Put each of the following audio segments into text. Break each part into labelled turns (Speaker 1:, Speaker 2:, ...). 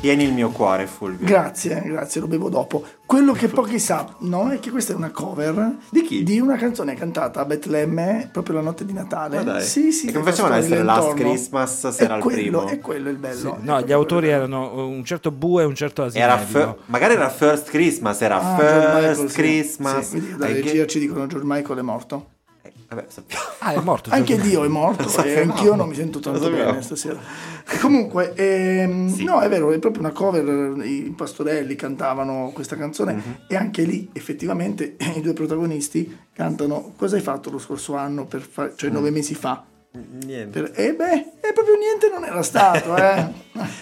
Speaker 1: Tieni il mio cuore, Fulvio.
Speaker 2: Grazie, grazie, lo bevo dopo. Quello che pochi sanno è che questa è una cover
Speaker 1: Di chi?
Speaker 2: di una canzone cantata a Betlemme proprio la notte di Natale.
Speaker 1: Ma Ah, dai.
Speaker 2: Sì, sì.
Speaker 1: E
Speaker 2: che
Speaker 1: come facevano ad essere Last
Speaker 2: intorno.
Speaker 1: Christmas se
Speaker 2: È
Speaker 1: era il
Speaker 2: quello,
Speaker 1: primo?
Speaker 2: È quello il bello. È
Speaker 3: No,
Speaker 2: proprio
Speaker 3: gli autori
Speaker 2: quello.
Speaker 3: erano un certo Bue e un certo
Speaker 1: Era
Speaker 3: Asinelli.
Speaker 1: fir- magari era First Christmas, era
Speaker 2: Ah, George Michael,
Speaker 1: First
Speaker 2: sì.
Speaker 1: Christmas.
Speaker 2: Sì, vedi, dalla
Speaker 1: Eh, che-
Speaker 2: regia ci dicono George Michael è morto.
Speaker 1: eh, vabbè, sappiamo.
Speaker 3: Ah, è morto.
Speaker 2: Anche
Speaker 3: Giorgio.
Speaker 2: Dio è morto e anch'io non mi sento tanto
Speaker 1: Lo sappiamo.
Speaker 2: bene stasera. E comunque, ehm,
Speaker 1: Sì.
Speaker 2: no, è vero, è proprio una cover, eh, i pastorelli cantavano questa canzone e anche lì effettivamente i due protagonisti cantano Cosa hai fatto lo scorso anno, per fa- cioè nove mesi fa?
Speaker 1: Niente.
Speaker 2: Per- e beh, e proprio niente non era stato, eh.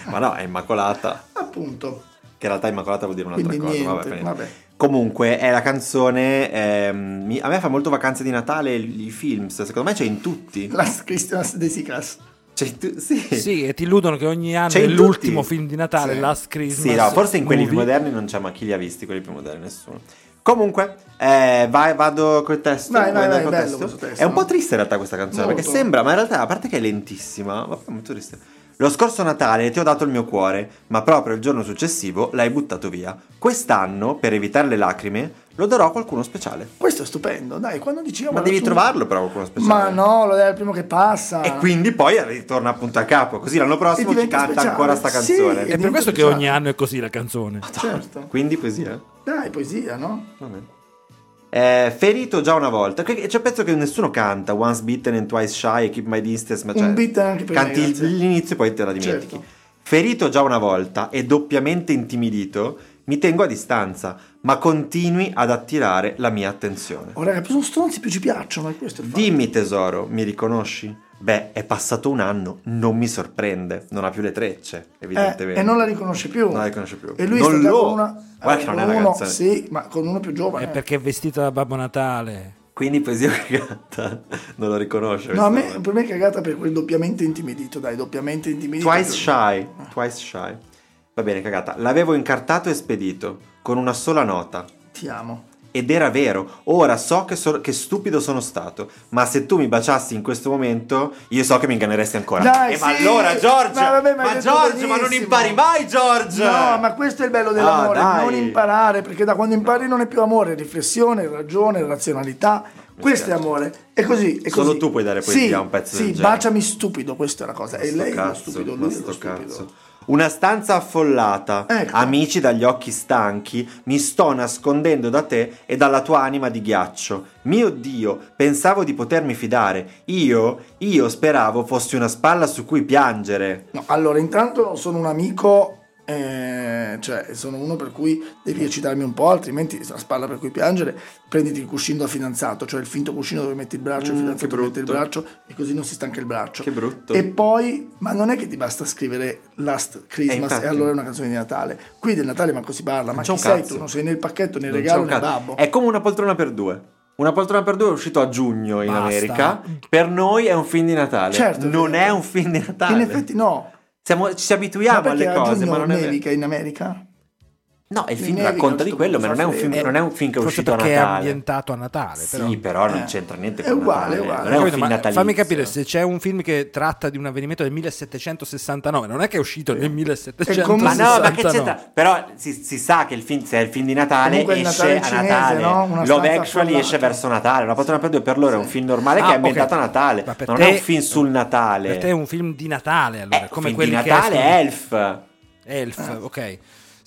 Speaker 1: Ma no, è Immacolata.
Speaker 2: Appunto.
Speaker 1: Che in realtà Immacolata vuol dire un'altra
Speaker 2: Quindi
Speaker 1: cosa.
Speaker 2: niente,
Speaker 1: vabbè, fa niente.
Speaker 2: vabbè.
Speaker 1: Comunque è la canzone. ehm, mi- a me fa molto vacanze di Natale i i films. Secondo me c'è in tutti.
Speaker 2: Last Christmas Desicas.
Speaker 1: C'è in tu- sì.
Speaker 3: Sì, e ti illudono che ogni anno
Speaker 1: C'è
Speaker 3: è
Speaker 1: Cioè, in
Speaker 3: l'ultimo
Speaker 1: tutti.
Speaker 3: film di Natale,
Speaker 2: Sì.
Speaker 3: Last Christmas.
Speaker 1: Sì, no, forse in quelli più
Speaker 3: movie.
Speaker 1: moderni non c'è, ma chi li ha visti quelli più moderni? Nessuno. Comunque, eh, vai- vado col testo.
Speaker 2: Vai,
Speaker 1: vuoi
Speaker 2: vai,
Speaker 1: andare
Speaker 2: vai,
Speaker 1: col
Speaker 2: bello questo testo.
Speaker 1: È un po' triste in realtà questa canzone, perché
Speaker 2: Molto.
Speaker 1: sembra, ma in realtà, a parte che è lentissima, ma poi è molto triste. Lo scorso Natale ti ho dato il mio cuore, ma proprio il giorno successivo l'hai buttato via. Quest'anno, per evitare le lacrime, lo darò a qualcuno speciale.
Speaker 2: Questo è stupendo, dai, quando diciamo...
Speaker 1: Ma devi trovarlo però qualcuno
Speaker 2: Ma
Speaker 1: speciale.
Speaker 2: no, lo è il primo che passa.
Speaker 1: E quindi poi ritorna appunto a capo, così l'anno prossimo ci
Speaker 2: E diventa
Speaker 1: canta
Speaker 2: speciale.
Speaker 1: ancora sta
Speaker 2: Sì.
Speaker 1: canzone.
Speaker 3: È per
Speaker 2: Niente
Speaker 3: questo che
Speaker 2: speciale.
Speaker 3: ogni anno è così la canzone.
Speaker 2: Certo.
Speaker 1: Quindi eh. poesia.
Speaker 2: Dai, poesia, no?
Speaker 1: Vabbè. Eh, ferito già una volta, Che- che- cioè penso che nessuno canta Once Bitten and Twice Shy e Keep My Distance, ma
Speaker 2: Un
Speaker 1: cioè,
Speaker 2: beat anche per me,
Speaker 1: canti il-
Speaker 2: grazie.
Speaker 1: l'inizio e poi te la dimentichi.
Speaker 2: Certo.
Speaker 1: Ferito già una volta e doppiamente intimidito, mi tengo a distanza, ma continui ad attirare la mia attenzione.
Speaker 2: Oh, raga, più sono stronzi, più ci piacciono. E questo è il fatto.
Speaker 1: Dimmi tesoro, mi riconosci? Beh, è passato un anno, non mi sorprende, non ha più le trecce,
Speaker 2: Eh,
Speaker 1: evidentemente.
Speaker 2: e non la riconosce più.
Speaker 1: Non la riconosce più.
Speaker 2: E lui
Speaker 1: Non
Speaker 2: è stato
Speaker 1: lo-
Speaker 2: con una.
Speaker 1: Guarda che
Speaker 2: con
Speaker 1: non è una
Speaker 2: uno,
Speaker 1: canzone.
Speaker 2: Sì, ma con uno più
Speaker 3: È
Speaker 2: giovane.
Speaker 3: perché è vestita da Babbo Natale.
Speaker 1: Quindi poesia che canta non lo riconosce.
Speaker 2: No, a
Speaker 1: questo-
Speaker 2: me, per me è cagata per quel doppiamente intimidito, dai, doppiamente intimidito.
Speaker 1: Twice Shy. Twice Shy. Va bene, cagata. L'avevo incartato e spedito con una sola nota.
Speaker 2: Ti amo.
Speaker 1: Ed era vero, ora so che, so- che stupido sono stato, ma se tu mi baciassi in questo momento, io so che mi inganneresti ancora.
Speaker 2: Dai,
Speaker 1: Eh, ma
Speaker 2: sì!
Speaker 1: allora, Giorgio!
Speaker 2: Ma vabbè, ma hai
Speaker 1: ma
Speaker 2: detto
Speaker 1: Giorgio, ma non
Speaker 2: benissimo!
Speaker 1: impari mai, Giorgio!
Speaker 2: No, ma questo è il bello dell'amore,
Speaker 1: Cioè. Ah, dai.
Speaker 2: non imparare, perché da quando impari non è più amore, riflessione, ragione, razionalità. Questo è amore. È così, è
Speaker 1: Solo
Speaker 2: così.
Speaker 1: tu puoi dare
Speaker 2: Sì,
Speaker 1: poesia a un pezzo
Speaker 2: Sì,
Speaker 1: del genere.
Speaker 2: baciami stupido, questa è la cosa. E
Speaker 1: Sto
Speaker 2: lei è lo
Speaker 1: cazzo,
Speaker 2: stupido,
Speaker 1: ma
Speaker 2: lui è
Speaker 1: sto
Speaker 2: lo stupido.
Speaker 1: cazzo. Una stanza affollata,
Speaker 2: Ecco.
Speaker 1: amici dagli occhi stanchi, mi sto nascondendo da te e dalla tua anima di ghiaccio. Mio Dio, pensavo di potermi fidare. Io, io speravo fossi una spalla su cui piangere.
Speaker 2: No, allora, intanto sono un amico, eh, cioè sono uno per cui devi eccitarmi un po', altrimenti la spalla per cui piangere, prenditi il cuscino da fidanzato, cioè il finto cuscino dove metti il braccio, il
Speaker 1: Mm, che
Speaker 2: fidanzato dove metti il
Speaker 1: brutto.
Speaker 2: braccio e così non si stanca il braccio.
Speaker 1: Che brutto.
Speaker 2: E poi, ma non è che ti basta scrivere Last
Speaker 1: Eh,
Speaker 2: Christmas
Speaker 1: infatti.
Speaker 2: e allora è una canzone di Natale. Qui del Natale manco si parla, ma
Speaker 1: c'è
Speaker 2: chi
Speaker 1: un
Speaker 2: sei
Speaker 1: cazzo.
Speaker 2: tu? Non sei né il pacchetto né il
Speaker 1: Non
Speaker 2: regalo
Speaker 1: c'è
Speaker 2: né
Speaker 1: un
Speaker 2: il
Speaker 1: cazzo.
Speaker 2: babbo.
Speaker 1: È come una poltrona per due. Una poltrona per due è uscito a giugno in
Speaker 3: Basta.
Speaker 1: America. Per noi è un film di Natale.
Speaker 2: Certo,
Speaker 1: non
Speaker 2: certo.
Speaker 1: è un film di Natale.
Speaker 2: In effetti no.
Speaker 1: Siamo- ci
Speaker 2: Ma
Speaker 1: abituiamo
Speaker 2: perché
Speaker 1: alle
Speaker 2: a
Speaker 1: cose,
Speaker 2: giugno
Speaker 1: ma non è vero.
Speaker 2: nevica in America?
Speaker 1: No, il
Speaker 2: Mi
Speaker 1: film
Speaker 2: nevica,
Speaker 1: racconta di
Speaker 2: tutto
Speaker 1: quello, ma
Speaker 2: questo
Speaker 1: non è un
Speaker 2: fa
Speaker 1: film,
Speaker 2: freddo.
Speaker 1: non è un film che è
Speaker 3: Forse
Speaker 1: uscito a
Speaker 3: perché è
Speaker 1: Natale.
Speaker 3: ambientato a Natale. però.
Speaker 1: Sì, però non
Speaker 2: Eh.
Speaker 1: c'entra niente
Speaker 2: È
Speaker 1: con
Speaker 2: uguale,
Speaker 1: Natale.
Speaker 2: uguale.
Speaker 1: Non è un
Speaker 3: Capito?
Speaker 1: film
Speaker 3: Ma
Speaker 1: natalizio.
Speaker 3: fammi capire se c'è un film che tratta di un avvenimento del 1769, non è che è uscito nel 1769.
Speaker 1: Ma
Speaker 2: come
Speaker 1: no, ma che c'entra? Però si, si sa che il film, se è il film di Natale
Speaker 2: Comunque è il
Speaker 1: esce
Speaker 2: Natale
Speaker 1: a
Speaker 2: cinese,
Speaker 1: Natale.
Speaker 2: no? Una
Speaker 1: Love
Speaker 2: stanza
Speaker 1: Actually
Speaker 2: affollata.
Speaker 1: esce verso Natale. Una poltrona per due per loro è un film normale che
Speaker 3: Ah,
Speaker 1: è ambientato
Speaker 3: ok.
Speaker 1: a Natale.
Speaker 3: Ma per
Speaker 1: non
Speaker 3: te-
Speaker 1: è un film sul Natale.
Speaker 3: Per te è un film di Natale, allora,
Speaker 1: Eh, film
Speaker 3: come
Speaker 1: di
Speaker 3: quelli che
Speaker 1: Natale
Speaker 3: escono-
Speaker 1: è Elf.
Speaker 3: Elf, ok.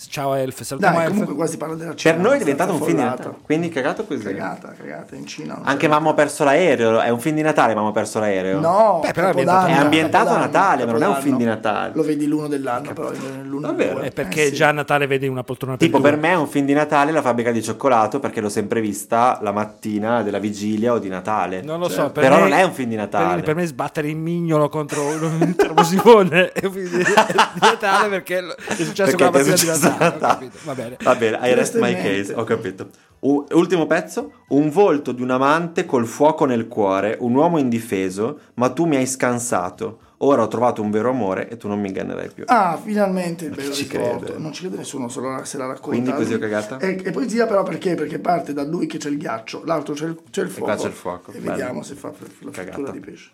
Speaker 3: Ciao Elf, salutiamo
Speaker 2: Eh. Dai,
Speaker 3: Elf.
Speaker 2: comunque qua si parla della
Speaker 3: Cioè,
Speaker 2: Cina.
Speaker 1: Per noi è
Speaker 2: abbastanza
Speaker 1: diventato un film di
Speaker 2: affollato.
Speaker 1: Natale. Quindi cagato così.
Speaker 2: Cagata, cagata, in Cina. non
Speaker 1: Anche
Speaker 2: c'è.
Speaker 1: Mamma ho perso l'aereo. È un film di Natale, Mamma ho perso l'aereo.
Speaker 2: No,
Speaker 3: Beh, però è
Speaker 2: Capodanno,
Speaker 3: ambientato-
Speaker 1: È ambientato a
Speaker 2: Capodanno,
Speaker 1: Natale, ma non è un
Speaker 2: Capodanno.
Speaker 1: film di Natale.
Speaker 2: Lo vedi l'uno dell'anno, però l'uno
Speaker 1: Davvero?
Speaker 2: due.
Speaker 3: Eh,
Speaker 2: Eh,
Speaker 3: perché
Speaker 2: sì.
Speaker 3: già a Natale vedi una poltrona per
Speaker 1: Tipo
Speaker 3: due.
Speaker 1: per me è un film di Natale la fabbrica di cioccolato perché l'ho sempre vista la mattina della vigilia o di Natale.
Speaker 3: Non lo
Speaker 1: Cioè,
Speaker 2: certo.
Speaker 3: so, per
Speaker 1: però
Speaker 3: me-
Speaker 1: non è un film di Natale.
Speaker 3: Per, per me sbattere il mignolo contro un termosifone è un film di di Natale perché lo- è successo
Speaker 1: Perché
Speaker 3: quella
Speaker 1: ti è
Speaker 3: mattina di
Speaker 1: successo
Speaker 3: Natale.
Speaker 1: a
Speaker 3: ho
Speaker 1: Natale.
Speaker 3: capito, Va bene.
Speaker 1: Va bene, I rest
Speaker 2: Questo è
Speaker 1: my
Speaker 2: niente.
Speaker 1: case, ho capito. U- ultimo pezzo, un volto di un amante col fuoco nel cuore, un uomo indifeso, ma tu mi hai scansato. Ora ho trovato un vero amore e tu non mi ingannerai più.
Speaker 2: Ah, finalmente il
Speaker 1: Ma chi
Speaker 2: bello
Speaker 1: ci
Speaker 2: riporto.
Speaker 1: crede?
Speaker 2: Non ci crede nessuno, solo la- se la racconta.
Speaker 1: Quindi così ho
Speaker 2: Lui-
Speaker 1: cagata?
Speaker 2: E, e poesia però perché? Perché parte da lui che c'è il ghiaccio, l'altro c'è il, c'è il fuoco.
Speaker 1: qua c'è il fuoco,
Speaker 2: E
Speaker 1: bello.
Speaker 2: vediamo se fa la
Speaker 1: Cagata.
Speaker 2: frittura di pesce.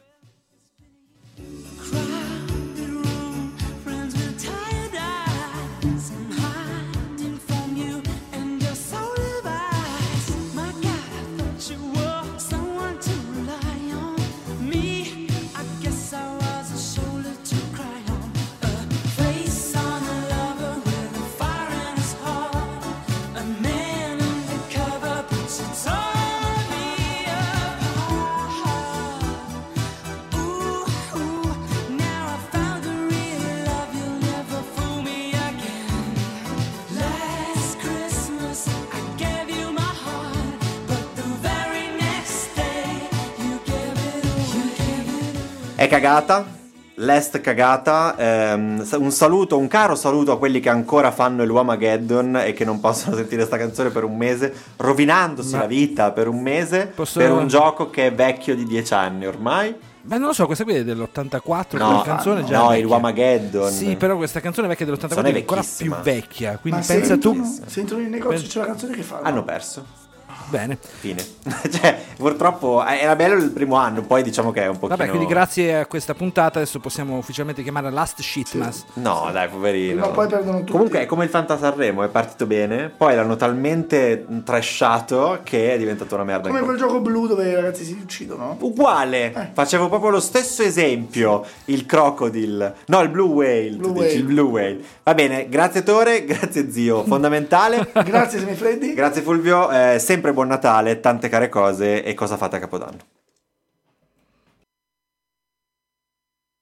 Speaker 4: Crowded room, friends with tired eyes.
Speaker 1: È cagata. L'est cagata, ehm, sa- un saluto, un caro saluto a quelli che ancora fanno il Wamageddon e che non possono sentire sta canzone per un mese, rovinandosi
Speaker 3: Ma-
Speaker 1: la vita per un mese
Speaker 3: Posso-
Speaker 1: per un gioco che è vecchio di 10 anni ormai.
Speaker 3: Ma non lo so, questa qui è dell'84,
Speaker 1: No,
Speaker 3: quella canzone già
Speaker 1: no,
Speaker 3: vecchia.
Speaker 1: il Wamageddon.
Speaker 3: Sì, però questa canzone vecchia dell'84
Speaker 1: Canzone
Speaker 3: è ancora
Speaker 1: vecchissima.
Speaker 3: più vecchia, quindi
Speaker 2: Ma
Speaker 3: pensa
Speaker 2: sentono,
Speaker 3: tu.
Speaker 2: Sentono in negozio,
Speaker 3: Pensa-
Speaker 2: c'è la canzone che fa.
Speaker 1: Hanno perso.
Speaker 3: Bene.
Speaker 1: Fine. cioè, purtroppo eh, era bello il primo anno, poi diciamo che è un po'.
Speaker 3: Vabbè, quindi grazie a questa puntata adesso possiamo ufficialmente chiamare Last Shitmas.
Speaker 1: No, dai, poverino.
Speaker 2: Prima o poi perdono tutti.
Speaker 1: Comunque è come il Fanta Sanremo, è partito bene, poi l'hanno talmente trashato che è diventato una merda.
Speaker 2: Come
Speaker 1: in
Speaker 2: quel gioco blu dove i ragazzi si uccidono.
Speaker 1: Uguale,
Speaker 2: Eh.
Speaker 1: facevo proprio lo stesso esempio, il crocodile, no il blue whale, tu
Speaker 2: Blue
Speaker 1: dici, il
Speaker 2: whale.
Speaker 1: blue whale. Va bene, grazie Tore, grazie zio, fondamentale.
Speaker 2: Grazie, Semifreddi.
Speaker 1: grazie Fulvio, eh, sempre buon Natale, tante care cose e cosa fate a Capodanno?